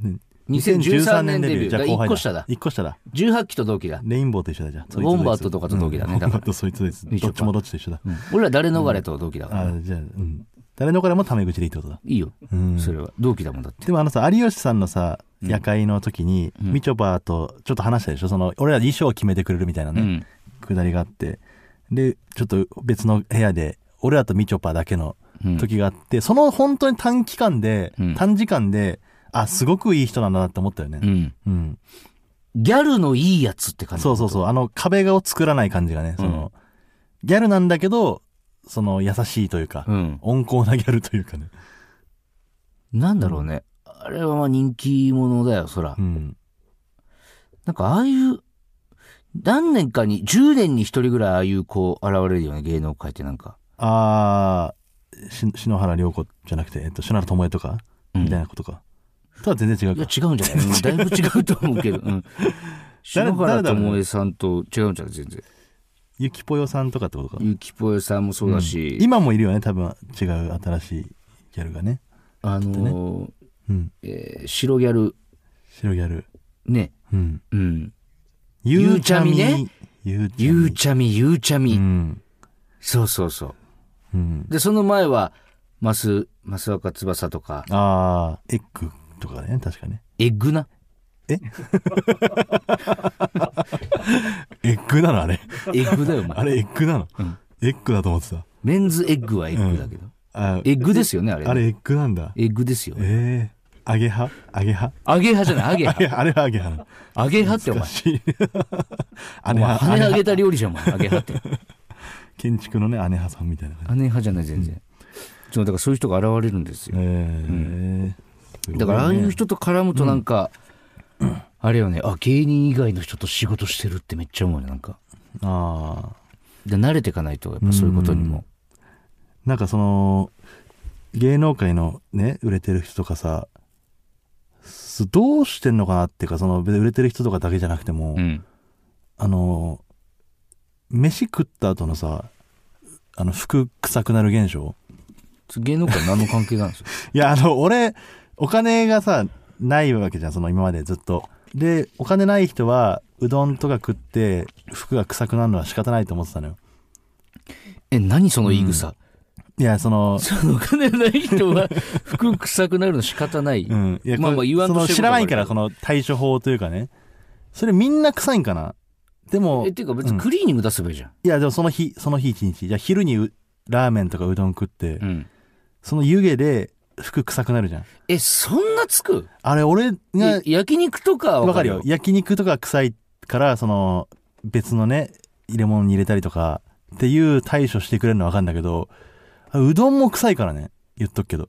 [SPEAKER 2] うん
[SPEAKER 1] 2013年デビュー。
[SPEAKER 2] じ
[SPEAKER 1] だ
[SPEAKER 2] ゃ
[SPEAKER 1] か
[SPEAKER 2] あ
[SPEAKER 1] ら
[SPEAKER 2] 後輩
[SPEAKER 1] 1個下だ。
[SPEAKER 2] 1個下だ。
[SPEAKER 1] 18期と同期だ。
[SPEAKER 2] レインボーと一緒だじゃん。そいつ
[SPEAKER 1] ウォンバットとかと同期だね
[SPEAKER 2] うんウォ
[SPEAKER 1] だ
[SPEAKER 2] ン
[SPEAKER 1] から
[SPEAKER 2] バットそいつです。
[SPEAKER 1] みちょぱ
[SPEAKER 2] どっちもどっちと一緒だ。
[SPEAKER 1] 俺ら誰逃れと同期だから。
[SPEAKER 2] あじゃあ、うん。誰の彼もタメ口でいいってことだ。
[SPEAKER 1] いいよ。
[SPEAKER 2] うん。
[SPEAKER 1] それは。同期だもんだって。
[SPEAKER 2] でもあのさ、有吉さんのさ、夜会の時に、みちょぱとちょっと話したでしょその、俺ら衣装を決めてくれるみたいな
[SPEAKER 1] う
[SPEAKER 2] ね、
[SPEAKER 1] ん。
[SPEAKER 2] くだりがあって。で、ちょっと別の部屋で、俺らとみちょぱだけの
[SPEAKER 1] うん
[SPEAKER 2] 時があって、その本当に短期間で、
[SPEAKER 1] うん
[SPEAKER 2] 短時間で、あ、すごくいい人なんだなって思ったよね
[SPEAKER 1] う。ん。
[SPEAKER 2] うん
[SPEAKER 1] ギャルのいいやつって感じ。
[SPEAKER 2] そうそうそう。あの壁を作らない感じがね、その、ギャルなんだけど、その優しいというか、
[SPEAKER 1] うん。
[SPEAKER 2] 温厚なギャルというかね。
[SPEAKER 1] なんだろうね。あれはまあ人気者だよ、そら
[SPEAKER 2] う。ん。
[SPEAKER 1] なんかああいう、何年かに、10年に一人ぐらいああいう子現れるよね、芸能界ってなんか。
[SPEAKER 2] あー、し篠原涼子じゃなくて、えっと、篠原智恵とか、
[SPEAKER 1] うん
[SPEAKER 2] みたいなことか。とは全然違
[SPEAKER 1] いうや、
[SPEAKER 2] か。
[SPEAKER 1] 違うんじゃないだいぶ違うと思うけど。
[SPEAKER 2] [LAUGHS]
[SPEAKER 1] うん。篠原
[SPEAKER 2] 誰だろうね
[SPEAKER 1] 智恵さんと違うんじゃない全然。
[SPEAKER 2] ゆきぽよさんとかってことか。
[SPEAKER 1] ゆきぽよさんもそうだし、
[SPEAKER 2] 今もいるよね、多分違う新しいギャルがね。
[SPEAKER 1] あのー
[SPEAKER 2] うん。
[SPEAKER 1] えー白ギャル、
[SPEAKER 2] 白ギャル。
[SPEAKER 1] ね。
[SPEAKER 2] うん。
[SPEAKER 1] うん。
[SPEAKER 2] ゆ
[SPEAKER 1] うちゃみね。
[SPEAKER 2] ゆうちゃみ。
[SPEAKER 1] ゆうちゃみ、ゆうちゃみ。
[SPEAKER 2] うん。
[SPEAKER 1] そうそうそう。
[SPEAKER 2] うん。
[SPEAKER 1] で、その前は、マス、マスワカ翼とか、
[SPEAKER 2] あー、エッグとかね、確かね。
[SPEAKER 1] エッグな。
[SPEAKER 2] エッグなのあれ。
[SPEAKER 1] エッグだよ、お前
[SPEAKER 2] [LAUGHS] あ。れエッグなの、エッグだと思ってた。
[SPEAKER 1] メンズエッグはエッグだけど。
[SPEAKER 2] あ
[SPEAKER 1] エッグですよね、あれ。
[SPEAKER 2] あれエッグなんだ。
[SPEAKER 1] エッグですよ。
[SPEAKER 2] ええー。揚げ派揚げ派
[SPEAKER 1] 揚げ派じゃない、揚げ
[SPEAKER 2] い
[SPEAKER 1] 派。
[SPEAKER 2] [LAUGHS] や、あれは揚げ派なの。
[SPEAKER 1] 揚げ派ってお前。 [LAUGHS]
[SPEAKER 2] 姉
[SPEAKER 1] お前、
[SPEAKER 2] 派、
[SPEAKER 1] 羽揚げた料理じゃん、お前。揚げ派って。
[SPEAKER 2] 建築のね、姉派さんみたいな感じ。
[SPEAKER 1] 羽派じゃない、全然。そう、だからそういう人が現れるんですよ。
[SPEAKER 2] ええ
[SPEAKER 1] だから、ああいうう人と絡むとなんか、あれよね、あ、芸人以外の人と仕事してるってめっちゃ思うね、なんか。
[SPEAKER 2] ああ。
[SPEAKER 1] で慣れていかないと、やっぱそういうことにも。
[SPEAKER 2] なんかその、芸能界のね、売れてる人とかさ、すどうしてんのかなっていうか、その、別に売れてる人とかだけじゃなくても、
[SPEAKER 1] うん。
[SPEAKER 2] あの、飯食った後のさ、あの、服臭くなる現象
[SPEAKER 1] それ芸能界何の関係なんですよ。
[SPEAKER 2] いや、あの、俺、お金がさ、ないわけじゃん、その今までずっと。で、お金ない人は、うどんとか食って、服が臭くなるのは仕方ないと思ってたのよ。
[SPEAKER 1] [LAUGHS] え、何その言い草。
[SPEAKER 2] いや、その、
[SPEAKER 1] そのお金ない人 [LAUGHS] は、服臭くなるの仕方ない。
[SPEAKER 2] うん。いや、
[SPEAKER 1] まあ
[SPEAKER 2] こ
[SPEAKER 1] ま
[SPEAKER 2] れ
[SPEAKER 1] あ言わんと
[SPEAKER 2] その
[SPEAKER 1] して
[SPEAKER 2] 知
[SPEAKER 1] ること
[SPEAKER 2] ら
[SPEAKER 1] は
[SPEAKER 2] な
[SPEAKER 1] あ
[SPEAKER 2] い
[SPEAKER 1] るけ
[SPEAKER 2] か
[SPEAKER 1] ど
[SPEAKER 2] ら、この対処法というかね。それみんな臭いんかなでも、
[SPEAKER 1] え、っていうか別
[SPEAKER 2] うん
[SPEAKER 1] にクリーニング出せばいいじゃん。
[SPEAKER 2] いや、でもその日、その日一日。じゃあ昼にうラーメンとかうどん食って、
[SPEAKER 1] うん。
[SPEAKER 2] その湯気で服臭くなるじゃん。
[SPEAKER 1] え、そんなつく
[SPEAKER 2] あれ、俺が、
[SPEAKER 1] え焼肉とかは
[SPEAKER 2] わ
[SPEAKER 1] わ
[SPEAKER 2] か
[SPEAKER 1] か
[SPEAKER 2] る
[SPEAKER 1] る
[SPEAKER 2] よ
[SPEAKER 1] よ。。
[SPEAKER 2] 焼肉とか臭いから、その、別のね、入れ物に入れたりとか、っていう対処してくれるのはわかるんだけど、あうどんも臭いからね。言っとくけど。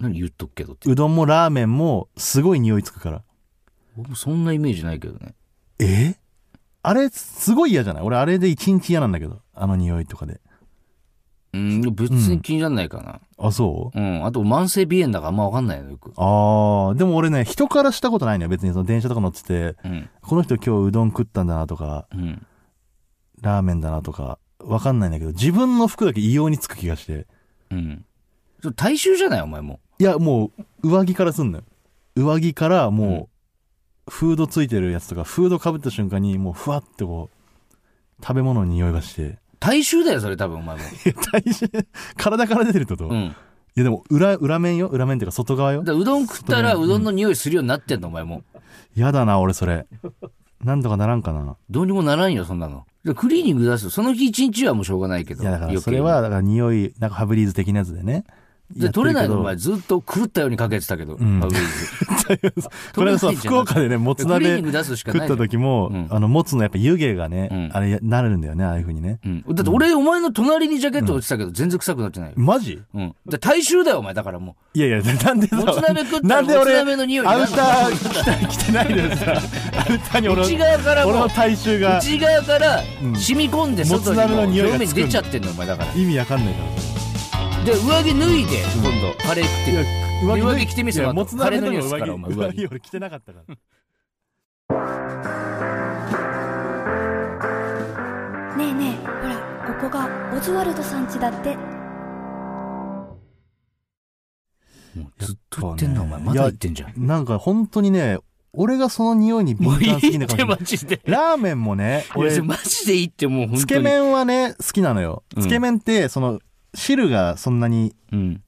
[SPEAKER 1] 何言っとくけどって。
[SPEAKER 2] うどんもラーメンも、すごい匂いつくから。
[SPEAKER 1] 僕もそんなイメージないけどね。
[SPEAKER 2] えあれ、すごい嫌じゃない俺、あれで一日嫌なんだけど。あの匂いとかで。
[SPEAKER 1] うん、別に気にならないかな。
[SPEAKER 2] あ、そう
[SPEAKER 1] うん。あと、慢性鼻炎だからあんまわかんないのよ、よく。
[SPEAKER 2] あー、でも俺ね、人からしたことないのよ。別にその電車とか乗ってて、
[SPEAKER 1] うん。
[SPEAKER 2] この人今日うどん食ったんだなとか、
[SPEAKER 1] うん。
[SPEAKER 2] ラーメンだなとか、わかんないんだけど、自分の服だけ異様につく気がして。
[SPEAKER 1] うん。それ大衆じゃない、お前も。
[SPEAKER 2] いや、もう、上着からすんのよ。上着からもう、フードついてるやつとか、フード被った瞬間に、もう、ふわってこう、食べ物の匂いがして。
[SPEAKER 1] 大衆だよ、それ多分、お前も。
[SPEAKER 2] いや大事 [LAUGHS] 体から出てるってこと、
[SPEAKER 1] う
[SPEAKER 2] い
[SPEAKER 1] ん。だか
[SPEAKER 2] や、でも、裏、裏面よ裏面っていうか、外側よ
[SPEAKER 1] らうどん食ったら、
[SPEAKER 2] うん
[SPEAKER 1] うどんの匂いするようになってんの、お前も。
[SPEAKER 2] やだな、俺、それ。なんとかならんかな。
[SPEAKER 1] どうにもならんよ、そんなの。でクリーニング出す。その日一日はもうしょうがないけど。
[SPEAKER 2] いや、だから、
[SPEAKER 1] 余
[SPEAKER 2] そ
[SPEAKER 1] 計に
[SPEAKER 2] れは、だから、匂い、なんか、ファブリーズ的なやつでね。
[SPEAKER 1] で、取れないの、お
[SPEAKER 2] やっ
[SPEAKER 1] 前。
[SPEAKER 2] て
[SPEAKER 1] ずっと狂ったようにかけてたけど。
[SPEAKER 2] ん
[SPEAKER 1] [LAUGHS] ファブリー
[SPEAKER 2] [LAUGHS] るけどこれはそ
[SPEAKER 1] 取れない
[SPEAKER 2] う、
[SPEAKER 1] じゃ
[SPEAKER 2] 福
[SPEAKER 1] ん
[SPEAKER 2] 岡でね、も
[SPEAKER 1] ズ
[SPEAKER 2] つ
[SPEAKER 1] クリーニ
[SPEAKER 2] 鍋
[SPEAKER 1] ング出すしか
[SPEAKER 2] 食
[SPEAKER 1] な
[SPEAKER 2] っ
[SPEAKER 1] い
[SPEAKER 2] た
[SPEAKER 1] の。
[SPEAKER 2] 時も、
[SPEAKER 1] うん
[SPEAKER 2] あの、もつのやっぱ湯気がね、
[SPEAKER 1] うん
[SPEAKER 2] あれ、なるんだよね、ああいう風にね。
[SPEAKER 1] うん。だって俺、お前の隣にジャケット落ちたけど、全然臭くなってないよ。
[SPEAKER 2] マジ
[SPEAKER 1] うん。で大衆だよ、お前。だからも
[SPEAKER 2] いやいや、なんで
[SPEAKER 1] う。
[SPEAKER 2] さ、
[SPEAKER 1] もつ鍋食った
[SPEAKER 2] な
[SPEAKER 1] ら、
[SPEAKER 2] ん
[SPEAKER 1] も
[SPEAKER 2] で
[SPEAKER 1] つ
[SPEAKER 2] 俺、ア
[SPEAKER 1] 鍋の匂いになる
[SPEAKER 2] ウター着た着てないでさ、アウターに俺
[SPEAKER 1] 内
[SPEAKER 2] の、
[SPEAKER 1] 側から
[SPEAKER 2] 俺
[SPEAKER 1] も
[SPEAKER 2] の
[SPEAKER 1] う
[SPEAKER 2] 体臭が
[SPEAKER 1] 内側から染み込んで
[SPEAKER 2] うん
[SPEAKER 1] 外に
[SPEAKER 2] もつ鍋の
[SPEAKER 1] も
[SPEAKER 2] 匂いが
[SPEAKER 1] 表
[SPEAKER 2] つく
[SPEAKER 1] 面に出ちゃってんのお前だから
[SPEAKER 2] 意味わかんないから
[SPEAKER 1] で上着脱いで今度カレー食って
[SPEAKER 2] 上
[SPEAKER 1] 上着着てみせ
[SPEAKER 2] い
[SPEAKER 1] よ
[SPEAKER 2] やもつ鍋の
[SPEAKER 1] カレーの匂いするからお前
[SPEAKER 2] 上
[SPEAKER 1] 上
[SPEAKER 2] 着
[SPEAKER 1] 着
[SPEAKER 2] 上着俺着てなかった
[SPEAKER 1] [LAUGHS]
[SPEAKER 2] から。
[SPEAKER 3] ねえねえほらここがオズワルドさん家だって
[SPEAKER 1] もうずっと言ってんのお前まだ言ってんじゃん
[SPEAKER 2] なんか本当にね、俺がその匂いに
[SPEAKER 1] もう
[SPEAKER 2] 敏
[SPEAKER 1] い
[SPEAKER 2] 感すぎ
[SPEAKER 1] い
[SPEAKER 2] な
[SPEAKER 1] っ
[SPEAKER 2] かも
[SPEAKER 1] て
[SPEAKER 2] しれな
[SPEAKER 1] マ
[SPEAKER 2] い。
[SPEAKER 1] ジで
[SPEAKER 2] ラーメンもね、
[SPEAKER 1] い
[SPEAKER 2] 俺
[SPEAKER 1] や、マジでいいってもう本当に
[SPEAKER 2] つけ麺はね、好きなのよ。
[SPEAKER 1] うん
[SPEAKER 2] つけ麺って、その、汁がそんなに
[SPEAKER 1] うん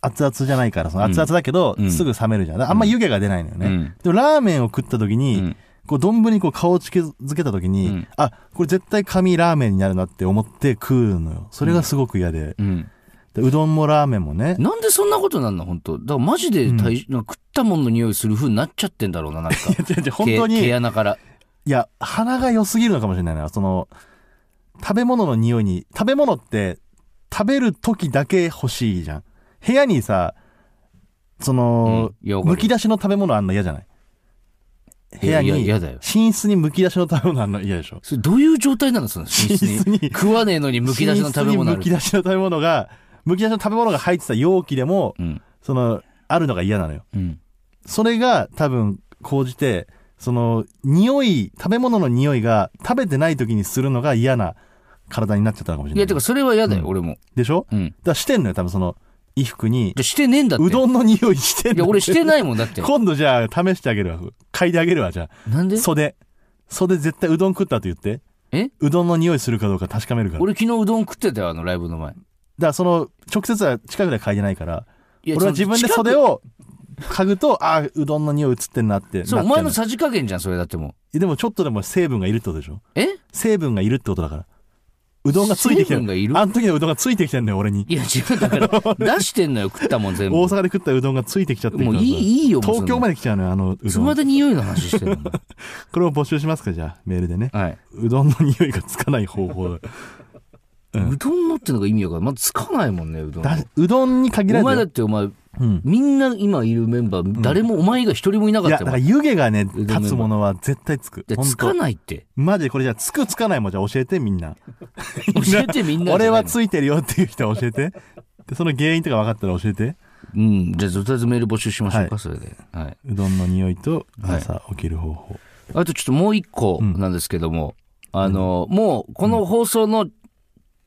[SPEAKER 2] 熱々じゃないから、その熱々だけど、
[SPEAKER 1] うん
[SPEAKER 2] すぐ冷めるじゃん。あんま湯気が出ないのよね。
[SPEAKER 1] うん
[SPEAKER 2] でもラーメンを食った時に、
[SPEAKER 1] うん
[SPEAKER 2] こう、丼にこう顔をつけづけた時に、
[SPEAKER 1] うん
[SPEAKER 2] あ、これ絶対紙ラーメンになるなって思って食うのよ。それがすごく嫌で。
[SPEAKER 1] うん
[SPEAKER 2] でうどんもラーメンもね。
[SPEAKER 1] なんでそんなことなんの本当だからマジで大事なんか食ったもんの匂いする風になっちゃってんだろうななんか
[SPEAKER 2] 違う違う本当
[SPEAKER 1] 毛毛
[SPEAKER 2] に、[LAUGHS] い
[SPEAKER 1] 穴から
[SPEAKER 2] や、鼻が良すぎるのかもしれないな。その、食べ物の匂いに、食べ物って、食べる時だけ欲しいじゃん。部屋にさ、その、
[SPEAKER 1] うんいやわかる
[SPEAKER 2] むき出しの食べ物あんの嫌じゃない部屋に
[SPEAKER 1] いやいや嫌だよ
[SPEAKER 2] 寝室にむき出しの食べ物あんの嫌でしょ
[SPEAKER 1] それどういう状態なのその寝室
[SPEAKER 2] 寝室
[SPEAKER 1] に
[SPEAKER 2] に
[SPEAKER 1] 食わねえのにむき出しの食べ物あ
[SPEAKER 2] む
[SPEAKER 1] る
[SPEAKER 2] き出しの食べ物が、むき出しの食べ物が入ってた容器でも、
[SPEAKER 1] うん
[SPEAKER 2] その、あるのが嫌なのよ。
[SPEAKER 1] うん
[SPEAKER 2] それが多分、講じて、その、匂い、食べ物の匂いが食べてない時にするのが嫌な体になっちゃったのかもしれ
[SPEAKER 1] い
[SPEAKER 2] ない。
[SPEAKER 1] やてかそれは嫌だよ俺も
[SPEAKER 2] でしょだか
[SPEAKER 1] うん
[SPEAKER 2] らしてんのよ、多分その、衣服に
[SPEAKER 1] じゃ。あしてねえんだって。
[SPEAKER 2] うどんの匂いしてん
[SPEAKER 1] い
[SPEAKER 2] の
[SPEAKER 1] や、俺してないもんだって。
[SPEAKER 2] 今度じゃあ試してあげるわ。嗅いであげるわ、じゃ
[SPEAKER 1] なん
[SPEAKER 2] あ。
[SPEAKER 1] で
[SPEAKER 2] 袖。袖絶対うどん食ったと言って。
[SPEAKER 1] え
[SPEAKER 2] うどんの匂いするかどうか確かめるから。だか
[SPEAKER 1] 俺昨日うどん食ってたよ、あのライブの前。
[SPEAKER 2] らその、直接は近くでは嗅いでないから。
[SPEAKER 1] いや
[SPEAKER 2] 俺は自分で袖。を嗅ぐと、ああ、うどんの匂い移ってんなってなってん
[SPEAKER 1] その近くそう、お前の
[SPEAKER 2] い
[SPEAKER 1] さじ加減じゃん、それだっても
[SPEAKER 2] やでもちょっとでも成分がいるってことでしょ
[SPEAKER 1] う。え
[SPEAKER 2] 成分がいるってことだから。うどんがついてきて
[SPEAKER 1] 成分がいる
[SPEAKER 2] あの時のうどんがついてきてんだよ、俺に。
[SPEAKER 1] いや、違う、だ
[SPEAKER 2] [LAUGHS]
[SPEAKER 1] から、出してんのよ、食ったもん全部。
[SPEAKER 2] 大阪で食ったうどんがついてきちゃってる
[SPEAKER 1] も
[SPEAKER 2] か
[SPEAKER 1] う
[SPEAKER 2] ら
[SPEAKER 1] い
[SPEAKER 2] さ
[SPEAKER 1] い、いいよ、もうそん
[SPEAKER 2] 東
[SPEAKER 1] な
[SPEAKER 2] 京まで来ちゃうのよ、あのう
[SPEAKER 1] つ
[SPEAKER 2] ど
[SPEAKER 1] ま
[SPEAKER 2] ん。
[SPEAKER 1] で匂いの話して
[SPEAKER 2] [LAUGHS]
[SPEAKER 1] るの。
[SPEAKER 2] これを募集しますか、じゃあ、メールでね。
[SPEAKER 1] はい。 [LAUGHS]
[SPEAKER 2] うどんの匂いがつかない方法。うん
[SPEAKER 1] うどんのってのが意味わかんない。まずつかないもんね、うどんの。
[SPEAKER 2] だうどんに限ら
[SPEAKER 1] お前だ
[SPEAKER 2] ず
[SPEAKER 1] っ、てお前、
[SPEAKER 2] うん、
[SPEAKER 1] みんな今いるメンバー、誰もお前以外一人もいなかっ
[SPEAKER 2] いや、
[SPEAKER 1] た
[SPEAKER 2] だ
[SPEAKER 1] よ。
[SPEAKER 2] から湯気がね、
[SPEAKER 1] うどんの
[SPEAKER 2] 立つものは絶対つく。
[SPEAKER 1] で
[SPEAKER 2] ほんと
[SPEAKER 1] つかないっ
[SPEAKER 2] [LAUGHS]
[SPEAKER 1] て。
[SPEAKER 2] マジでこれじゃあつくつかないもじゃあ教えてみんな。
[SPEAKER 1] 教えてみんな。
[SPEAKER 2] 俺はついてるよっていう人は教えて。で、その原因とか分かったら教えて。
[SPEAKER 1] うん。じゃあ、とりあえずメール募集しましょうか、
[SPEAKER 2] はい
[SPEAKER 1] それで。はい。
[SPEAKER 2] うどんの匂いと
[SPEAKER 1] はい
[SPEAKER 2] 朝起きる方法。
[SPEAKER 1] あとちょっともう一個
[SPEAKER 2] うん
[SPEAKER 1] なんですけども、あの、もうこの放送の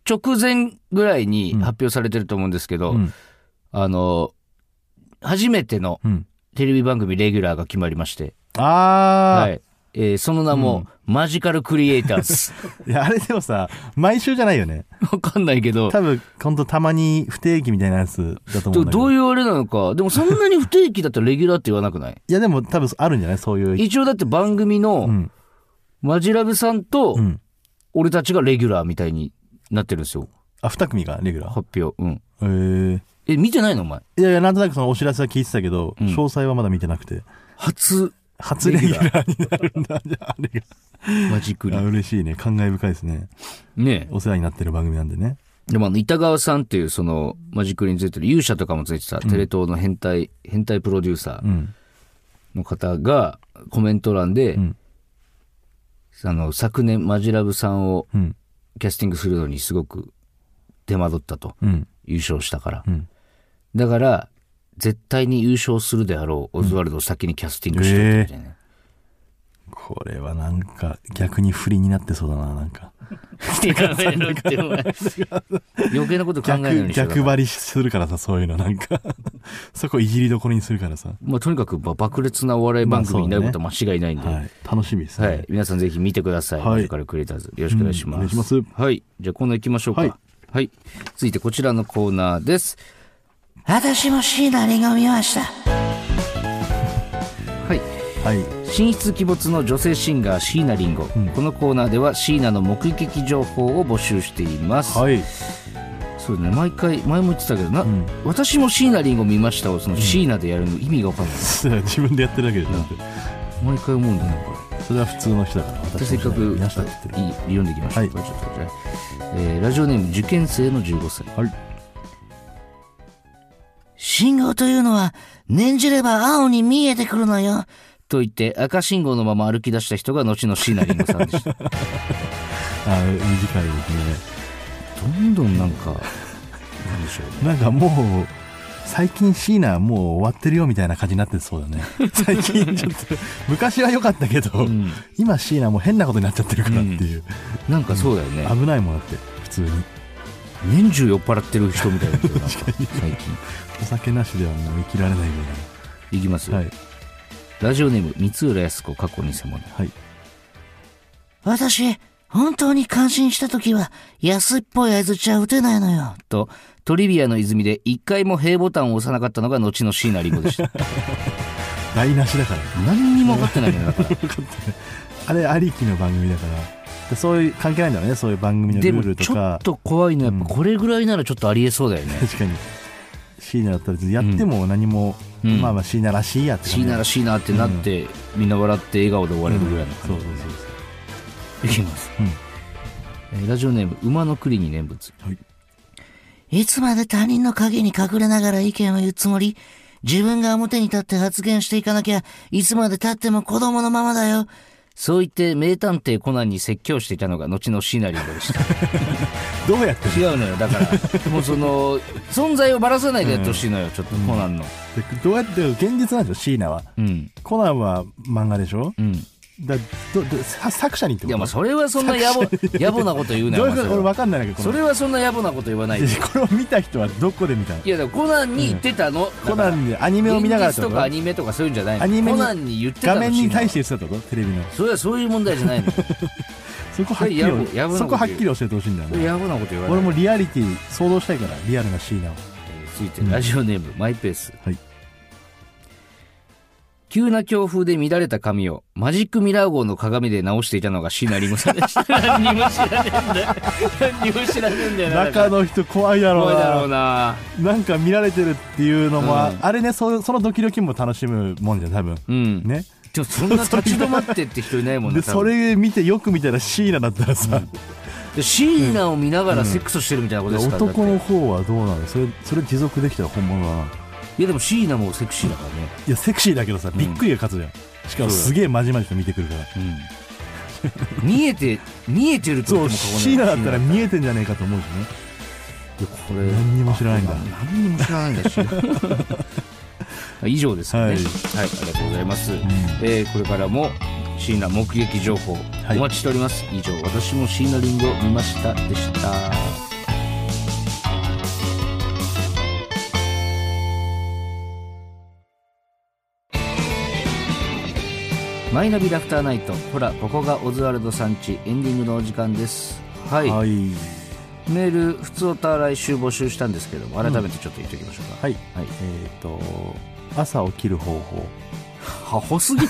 [SPEAKER 1] 直前ぐらいに
[SPEAKER 2] うん
[SPEAKER 1] 発表されてると思うんですけど、
[SPEAKER 2] うん。
[SPEAKER 1] あの、初めての
[SPEAKER 2] うん。
[SPEAKER 1] テレビ番組レギュラーが決まりまして、
[SPEAKER 2] あ
[SPEAKER 1] は
[SPEAKER 2] ー、
[SPEAKER 1] い。えーその名も、マジカルクリエイター
[SPEAKER 2] [LAUGHS]
[SPEAKER 1] ズ。
[SPEAKER 2] いや、あれでもさ、毎週じゃないよね。
[SPEAKER 1] わかんないけど、
[SPEAKER 2] 多分、ほんとたまに不定期みたいなやつだと思うんだけど。
[SPEAKER 1] どういうあれなのか、でもそんなに不定期だったらレギュラーって言わなくない
[SPEAKER 2] いや、でも多分あるんじゃないそういう。
[SPEAKER 1] 一応だって番組
[SPEAKER 2] う
[SPEAKER 1] の
[SPEAKER 2] ん。
[SPEAKER 1] マジラブさんと
[SPEAKER 2] うん。
[SPEAKER 1] 俺たちがレギュラーみたいになってるんですよ。
[SPEAKER 2] あ、二組がレギュラー。
[SPEAKER 1] 発表。うん。
[SPEAKER 2] えー。
[SPEAKER 1] え、見てないのお前。
[SPEAKER 2] いやいや、なんとなくそのお知らせは聞いてたけど、
[SPEAKER 1] うん
[SPEAKER 2] 詳細はまだ見てなくて。
[SPEAKER 1] 初
[SPEAKER 2] 初レギュラーになるんだ。じゃあ、あれ
[SPEAKER 1] マジクリ
[SPEAKER 2] が。あ。嬉しいね。感慨深いですね。
[SPEAKER 1] ね
[SPEAKER 2] お世話になってる番組なんでね。
[SPEAKER 1] え。でもあの、板川さんっていうその、マジクリについてる勇者とかもついてた、テレ東の変態、変態プロデューサ
[SPEAKER 2] うん。
[SPEAKER 1] ーの方が、コメント欄で、
[SPEAKER 2] うん。
[SPEAKER 1] あの、昨年マジラブさんを
[SPEAKER 2] うん。
[SPEAKER 1] キャスティングするのにすごく手間取ったと。
[SPEAKER 2] うん。
[SPEAKER 1] 優勝したから。
[SPEAKER 2] うん。
[SPEAKER 1] だから、絶対に優勝するであろう、オズワルドを先にキャスティングしといてみたいな。
[SPEAKER 2] これはなんか、逆に不利になってそうだな、なんか。
[SPEAKER 1] [LAUGHS] って考えるのって、お前余計なこと考えないよう
[SPEAKER 2] 逆、
[SPEAKER 1] にしよう
[SPEAKER 2] 逆張りするからさ、そういうの、なん
[SPEAKER 1] [LAUGHS]
[SPEAKER 2] か。そこいじりどころにするからさ。
[SPEAKER 1] まあ、とにかく、まあ、爆裂なお笑い番組になることは間違いないんで、
[SPEAKER 2] はい。楽しみですね。
[SPEAKER 1] はい。皆さんぜひ見てください。
[SPEAKER 2] はい
[SPEAKER 1] マジカルクリエイターズ。よろしくお願いします。
[SPEAKER 2] うんお願いします
[SPEAKER 1] はい。じゃあコーナー行きましょうか。は
[SPEAKER 2] はいい。
[SPEAKER 1] 続いてこちらのコーナーです。私も椎名林檎見ました。はい。
[SPEAKER 2] はい。
[SPEAKER 1] 神出鬼没の女性シンガー椎名林檎、
[SPEAKER 2] うん
[SPEAKER 1] このコーナーでは椎名の目撃情報を募集しています、
[SPEAKER 2] はい。 [LAUGHS]
[SPEAKER 1] そうね毎回前も言ってたけどな、
[SPEAKER 2] ん
[SPEAKER 1] 私も椎名林檎見ましたをその椎名でやるの意味が分かんない、
[SPEAKER 2] 自分でやってるわけでしょ、だって。
[SPEAKER 1] 毎回思うんだよなこれ
[SPEAKER 2] それは普通の人だから。
[SPEAKER 1] じゃあせっかく
[SPEAKER 2] 皆さんって言ってる。
[SPEAKER 1] 読んでいきましょうか、ちょっとねえーラジオネーム受験生の15歳
[SPEAKER 2] はい。
[SPEAKER 1] 信号というのは念じれば青に見えてくるのよと言って赤信号のまま歩き出した人が後の椎名林檎さん
[SPEAKER 2] [LAUGHS]
[SPEAKER 1] でした
[SPEAKER 2] あ、短いですね。
[SPEAKER 1] どんどんなんかなんでしょう
[SPEAKER 2] なんかもう、最近椎名はもう終わってるよみたいな感じになってそう
[SPEAKER 1] [LAUGHS]
[SPEAKER 2] だね。最近ちょっと、昔は良かったけど、
[SPEAKER 1] ん
[SPEAKER 2] 今椎名もう変なことになっちゃってるからっていう。
[SPEAKER 1] なんかそうだよね、
[SPEAKER 2] 危ないもんだって、普通に。
[SPEAKER 1] 年中酔っ払ってる人みたいな
[SPEAKER 2] [LAUGHS]
[SPEAKER 1] なんか最近
[SPEAKER 2] お酒なしではもう生きられないぐ
[SPEAKER 1] いきますよ、
[SPEAKER 2] らい。はい。
[SPEAKER 1] ラジオネーム三浦靖子過去偽物
[SPEAKER 2] はい。
[SPEAKER 1] 私、本当に感心した時は、安っぽい合図じゃ打てないのよ。と、トリビアの泉で一回も平ボタンを押さなかったのが後の椎名林檎でした。
[SPEAKER 2] 台無しだから。
[SPEAKER 1] [LAUGHS] 何にも分かってないんだから。
[SPEAKER 2] あれありきの番組だから。でそういう、関係ないんだろうね、そういう番組の
[SPEAKER 1] [LAUGHS] で
[SPEAKER 2] ルー
[SPEAKER 1] も、
[SPEAKER 2] ルと
[SPEAKER 1] ちょっ
[SPEAKER 2] か。
[SPEAKER 1] と怖いのは、やっぱこれぐらいならちょっとありえ [LAUGHS] そうだよね。
[SPEAKER 2] 確かに。椎名だったらやっても何も、
[SPEAKER 1] うん
[SPEAKER 2] まあまあ椎名らしいやって感
[SPEAKER 1] 椎
[SPEAKER 2] じ。
[SPEAKER 1] 名ら椎名ってなって、みんな笑って笑顔で終われるぐらいの
[SPEAKER 2] そ
[SPEAKER 1] 感
[SPEAKER 2] う
[SPEAKER 1] じ
[SPEAKER 2] そうそう
[SPEAKER 1] でいきます。
[SPEAKER 2] うん
[SPEAKER 1] えーラジオネーム、馬の栗に念仏。
[SPEAKER 2] そう。はい。
[SPEAKER 4] いつまで他人の影に隠れながら意見を言うつもり自分が表に立って発言していかなきゃいつまで経っても子供のままだよ。
[SPEAKER 1] そう言って、名探偵コナンに説教していたのが後の椎名林檎でした。
[SPEAKER 4] [LAUGHS]
[SPEAKER 2] どうやって
[SPEAKER 1] 違うのよだからもうその存在をばらさないでやってほしいのよ、ちょっとコナンの
[SPEAKER 2] でどうやって現実なんですよ椎名は
[SPEAKER 1] うん
[SPEAKER 2] コナンは漫画でしょ
[SPEAKER 1] うん
[SPEAKER 2] だどどさ作者にってこと
[SPEAKER 1] いやまあそれはそんな
[SPEAKER 4] [LAUGHS]
[SPEAKER 1] 野暮野暮なこと言うな
[SPEAKER 2] ど
[SPEAKER 1] よ
[SPEAKER 2] ういうこ
[SPEAKER 1] お前
[SPEAKER 2] と俺分かんないんだけど
[SPEAKER 1] それはそんな野暮なこと言わないで
[SPEAKER 2] このこれを見た人はどこで見たの
[SPEAKER 1] いやだからコナンに言ってたの、
[SPEAKER 2] コナンでアニメを見ながらって
[SPEAKER 1] 現実
[SPEAKER 2] こと
[SPEAKER 1] とかアニメとかそういうんじゃないの
[SPEAKER 2] アニメ
[SPEAKER 1] コ
[SPEAKER 2] に
[SPEAKER 1] ナンに言ってた
[SPEAKER 2] 画
[SPEAKER 1] の
[SPEAKER 2] 面に対して
[SPEAKER 1] て
[SPEAKER 2] 言ってたってことテレビの
[SPEAKER 1] それはそういう問題じゃないのそ
[SPEAKER 2] そこはっきり
[SPEAKER 1] やぶやぶなこと言う
[SPEAKER 2] そこはっきり教えてほしいんだよ
[SPEAKER 1] れ [LAUGHS]
[SPEAKER 2] ね
[SPEAKER 1] 野暮なこと言わない
[SPEAKER 2] 俺もリアリティ想像したいからリアルな椎名を
[SPEAKER 1] 続いてラジオネーム、マイペース、
[SPEAKER 2] はい
[SPEAKER 1] 急な強風で乱れた髪をマジックミラー号の鏡で直していたのが椎名林檎さんでした何にも知らねえんだよ何にも知らねえんだよな
[SPEAKER 2] 中の人怖いだろ
[SPEAKER 1] 怖いだろう
[SPEAKER 2] うな
[SPEAKER 1] な
[SPEAKER 2] なんか見られてるっていうのもあ
[SPEAKER 1] うん
[SPEAKER 2] あれねそそのドキドキも楽しむもんじゃん多分
[SPEAKER 1] うん
[SPEAKER 2] ね
[SPEAKER 1] でもそんな立ち止まってって人いないもん
[SPEAKER 2] で
[SPEAKER 1] ね
[SPEAKER 2] それ見てよく見たら椎名だったらさ、
[SPEAKER 1] で椎名を見ながらセックスしてるみたいなことですから、
[SPEAKER 2] 男
[SPEAKER 1] だ
[SPEAKER 2] の
[SPEAKER 1] って
[SPEAKER 2] 方はどうなのそれそれ持続できたら本物だない
[SPEAKER 1] やでも椎名もセクシーだからね、
[SPEAKER 2] いやセクシーだけどさびっくりが勝つじゃん、しかもすげえまじまじと見てくるから
[SPEAKER 1] うん、見えて見えてると
[SPEAKER 2] そ
[SPEAKER 1] 言っ
[SPEAKER 2] う
[SPEAKER 1] ても過言
[SPEAKER 2] シ
[SPEAKER 1] で
[SPEAKER 2] ーナ
[SPEAKER 1] は
[SPEAKER 2] だ
[SPEAKER 1] い
[SPEAKER 2] ったら見えてんじゃねえかと思うしね
[SPEAKER 1] いやこれ
[SPEAKER 2] 何にも知らないんだ
[SPEAKER 1] あ何にも知らないんだし以上ですかね
[SPEAKER 2] は
[SPEAKER 1] はいい、ありがとうございます、えーこれからも椎名目撃情報お
[SPEAKER 2] い
[SPEAKER 1] 待ちしております、以上私も椎名林檎を見ましたでしたマイナビラフターナイトほらここがオズワルドさんちエンディングのお時間ですはい、
[SPEAKER 2] はい
[SPEAKER 1] メール普通おた来週募集したんですけども改めてちょっと言っておきましょうか、
[SPEAKER 2] はい
[SPEAKER 1] はい
[SPEAKER 2] えっ、と朝起きる方法
[SPEAKER 1] はほすぎる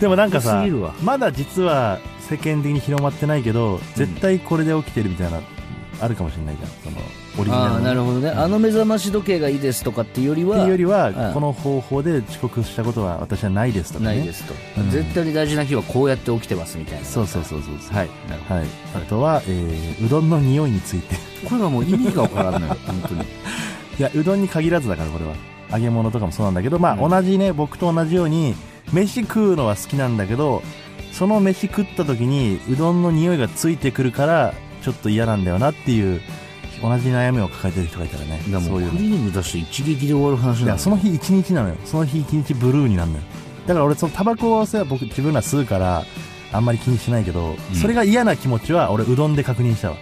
[SPEAKER 2] でもなんか
[SPEAKER 1] 多
[SPEAKER 2] さ
[SPEAKER 1] すぎるわ
[SPEAKER 2] まだ実は世間的に広まってないけど絶対これで起きてるみたいな、あるかもしれないじゃんそのオリジナル
[SPEAKER 1] あ
[SPEAKER 2] の
[SPEAKER 1] あなるほどねあの目覚まし時計がいいですとかっていうより
[SPEAKER 2] って
[SPEAKER 1] は
[SPEAKER 2] いうより
[SPEAKER 1] う
[SPEAKER 2] は
[SPEAKER 1] ん
[SPEAKER 2] この方法で遅刻したことは私はないですとかね
[SPEAKER 1] ないですと、
[SPEAKER 2] うん
[SPEAKER 1] 絶対に大事な日はこうやって起きてますみたいな
[SPEAKER 2] そうそうそうそうそう
[SPEAKER 1] はいなるほど、
[SPEAKER 2] はい、あとは、えーうどんの匂いについて
[SPEAKER 1] これはもう意味がわから [LAUGHS] んのよ本当に
[SPEAKER 2] いやうどんに限らずだからこれは揚げ物とかもそうなんだけどまあ、
[SPEAKER 1] うん
[SPEAKER 2] 同じね僕と同じように飯食うのは好きなんだけどその飯食った時にうどんの匂いがついてくるからちょっと嫌なんだよなっていう同じ悩みを抱えてる人がいたらね
[SPEAKER 1] いや
[SPEAKER 2] そ
[SPEAKER 1] も
[SPEAKER 2] う
[SPEAKER 1] う
[SPEAKER 2] いう
[SPEAKER 1] ク
[SPEAKER 2] の
[SPEAKER 1] リーム出して一撃で終わる話
[SPEAKER 2] い
[SPEAKER 1] な
[SPEAKER 2] や
[SPEAKER 1] の
[SPEAKER 2] その日一日なのよその日一日ブルーになるのよだから俺そのタバコはさ僕自分ら吸うからあんまり気にしないけど、
[SPEAKER 1] うん
[SPEAKER 2] それが嫌な気持ちは俺うどんで確認したわ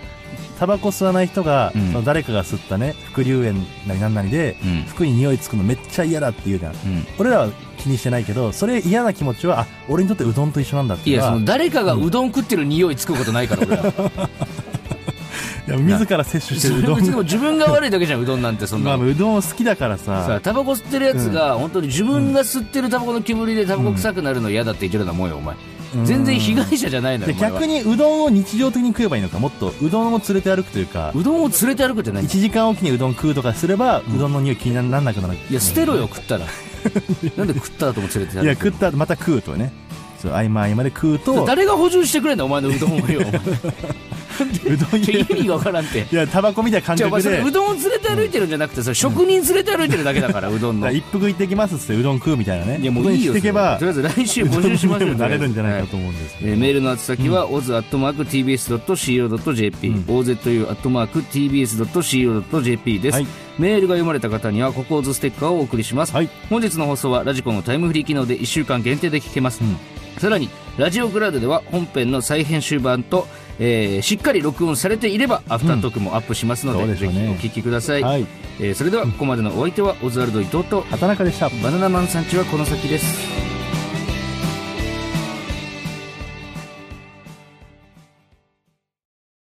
[SPEAKER 2] タバコ吸わない人が、
[SPEAKER 1] うん
[SPEAKER 2] その誰かが吸ったね副流煙なりなんなりで
[SPEAKER 1] うん
[SPEAKER 2] 服に匂いつくのめっちゃ嫌だって言うじゃん
[SPEAKER 1] うん
[SPEAKER 2] 俺らは気にしてないけどそれ嫌な気持ちはあ俺にとってうどんと一緒なんだって
[SPEAKER 1] い
[SPEAKER 2] いう
[SPEAKER 1] や
[SPEAKER 2] のは
[SPEAKER 1] その誰かがうどん食ってる匂いつくことないから俺ら
[SPEAKER 2] いや自ら摂取して
[SPEAKER 1] そ
[SPEAKER 2] [LAUGHS] るう
[SPEAKER 1] れ
[SPEAKER 2] ど
[SPEAKER 1] 別にもうん自分が悪いだけじゃんうどんなんてそん
[SPEAKER 2] ま
[SPEAKER 1] な
[SPEAKER 2] あ
[SPEAKER 1] の
[SPEAKER 2] うどん好きだから
[SPEAKER 1] さ
[SPEAKER 2] さ
[SPEAKER 1] タバコ吸ってるやつが本当に自分が吸ってるタバコの煙でタバコ臭くなるの嫌だって言ってるようなもんよお前
[SPEAKER 2] うん
[SPEAKER 1] 全然被害者じゃないのよ
[SPEAKER 2] で
[SPEAKER 1] お前は
[SPEAKER 2] 逆にうどんを日常的に食えばいいのかもっとうどんを連れて歩くというか
[SPEAKER 1] うどんを連れて歩くって何
[SPEAKER 2] 1時間おきにうどん食うとかすれば、うどんの匂い気にならなくなる
[SPEAKER 1] いや捨てろよ食っ
[SPEAKER 2] [LAUGHS]
[SPEAKER 1] たらなんで食った後も連れて歩くの
[SPEAKER 2] いや食った後また食うとねそう合間合間で食うと
[SPEAKER 1] 誰が補充してくれんだお前のうどんを
[SPEAKER 2] [LAUGHS]
[SPEAKER 1] よお前
[SPEAKER 2] うどん
[SPEAKER 1] いや
[SPEAKER 2] い
[SPEAKER 1] 意味がわからんて
[SPEAKER 2] やタバコみたいな感
[SPEAKER 1] じゃあお前
[SPEAKER 2] 覚
[SPEAKER 1] それ
[SPEAKER 2] で
[SPEAKER 1] うどんを連れて歩いてるんじゃなくてそれ職人連れて歩いてるだけだからうどんの
[SPEAKER 2] 一
[SPEAKER 1] い
[SPEAKER 2] 服行ってきますっつってうどん食うみたいなね
[SPEAKER 1] やもういいよ
[SPEAKER 2] うどんにしていけば
[SPEAKER 1] それとりあえず来週募集しましょう
[SPEAKER 2] [LAUGHS] うどんの匂いも慣れるんじゃない
[SPEAKER 1] は
[SPEAKER 2] かと思うんですけど、
[SPEAKER 1] えーメールの宛先は、oz.tbs.co.jp、ozu.tbs.co.jp です、
[SPEAKER 2] はい
[SPEAKER 1] メールが読まれた方には、ココーズステッカーをお送りします。
[SPEAKER 2] はい
[SPEAKER 1] 本日の放送は、ラジコンのタイムフリー機能で1週間限定で聞けます。さらに、ラジオクラウドでは、本編の再編集版と、えーしっかり録音されていれば、アフタートークもアップしますので、
[SPEAKER 2] うんそうで
[SPEAKER 1] ぜひ
[SPEAKER 2] しょう
[SPEAKER 1] お
[SPEAKER 2] ね
[SPEAKER 1] 聞きください。
[SPEAKER 2] はい
[SPEAKER 1] えーそれでは、ここまでのお相手は、オズワルド伊藤と、
[SPEAKER 2] 畑中でした
[SPEAKER 1] バナナマンさんちはこの先です。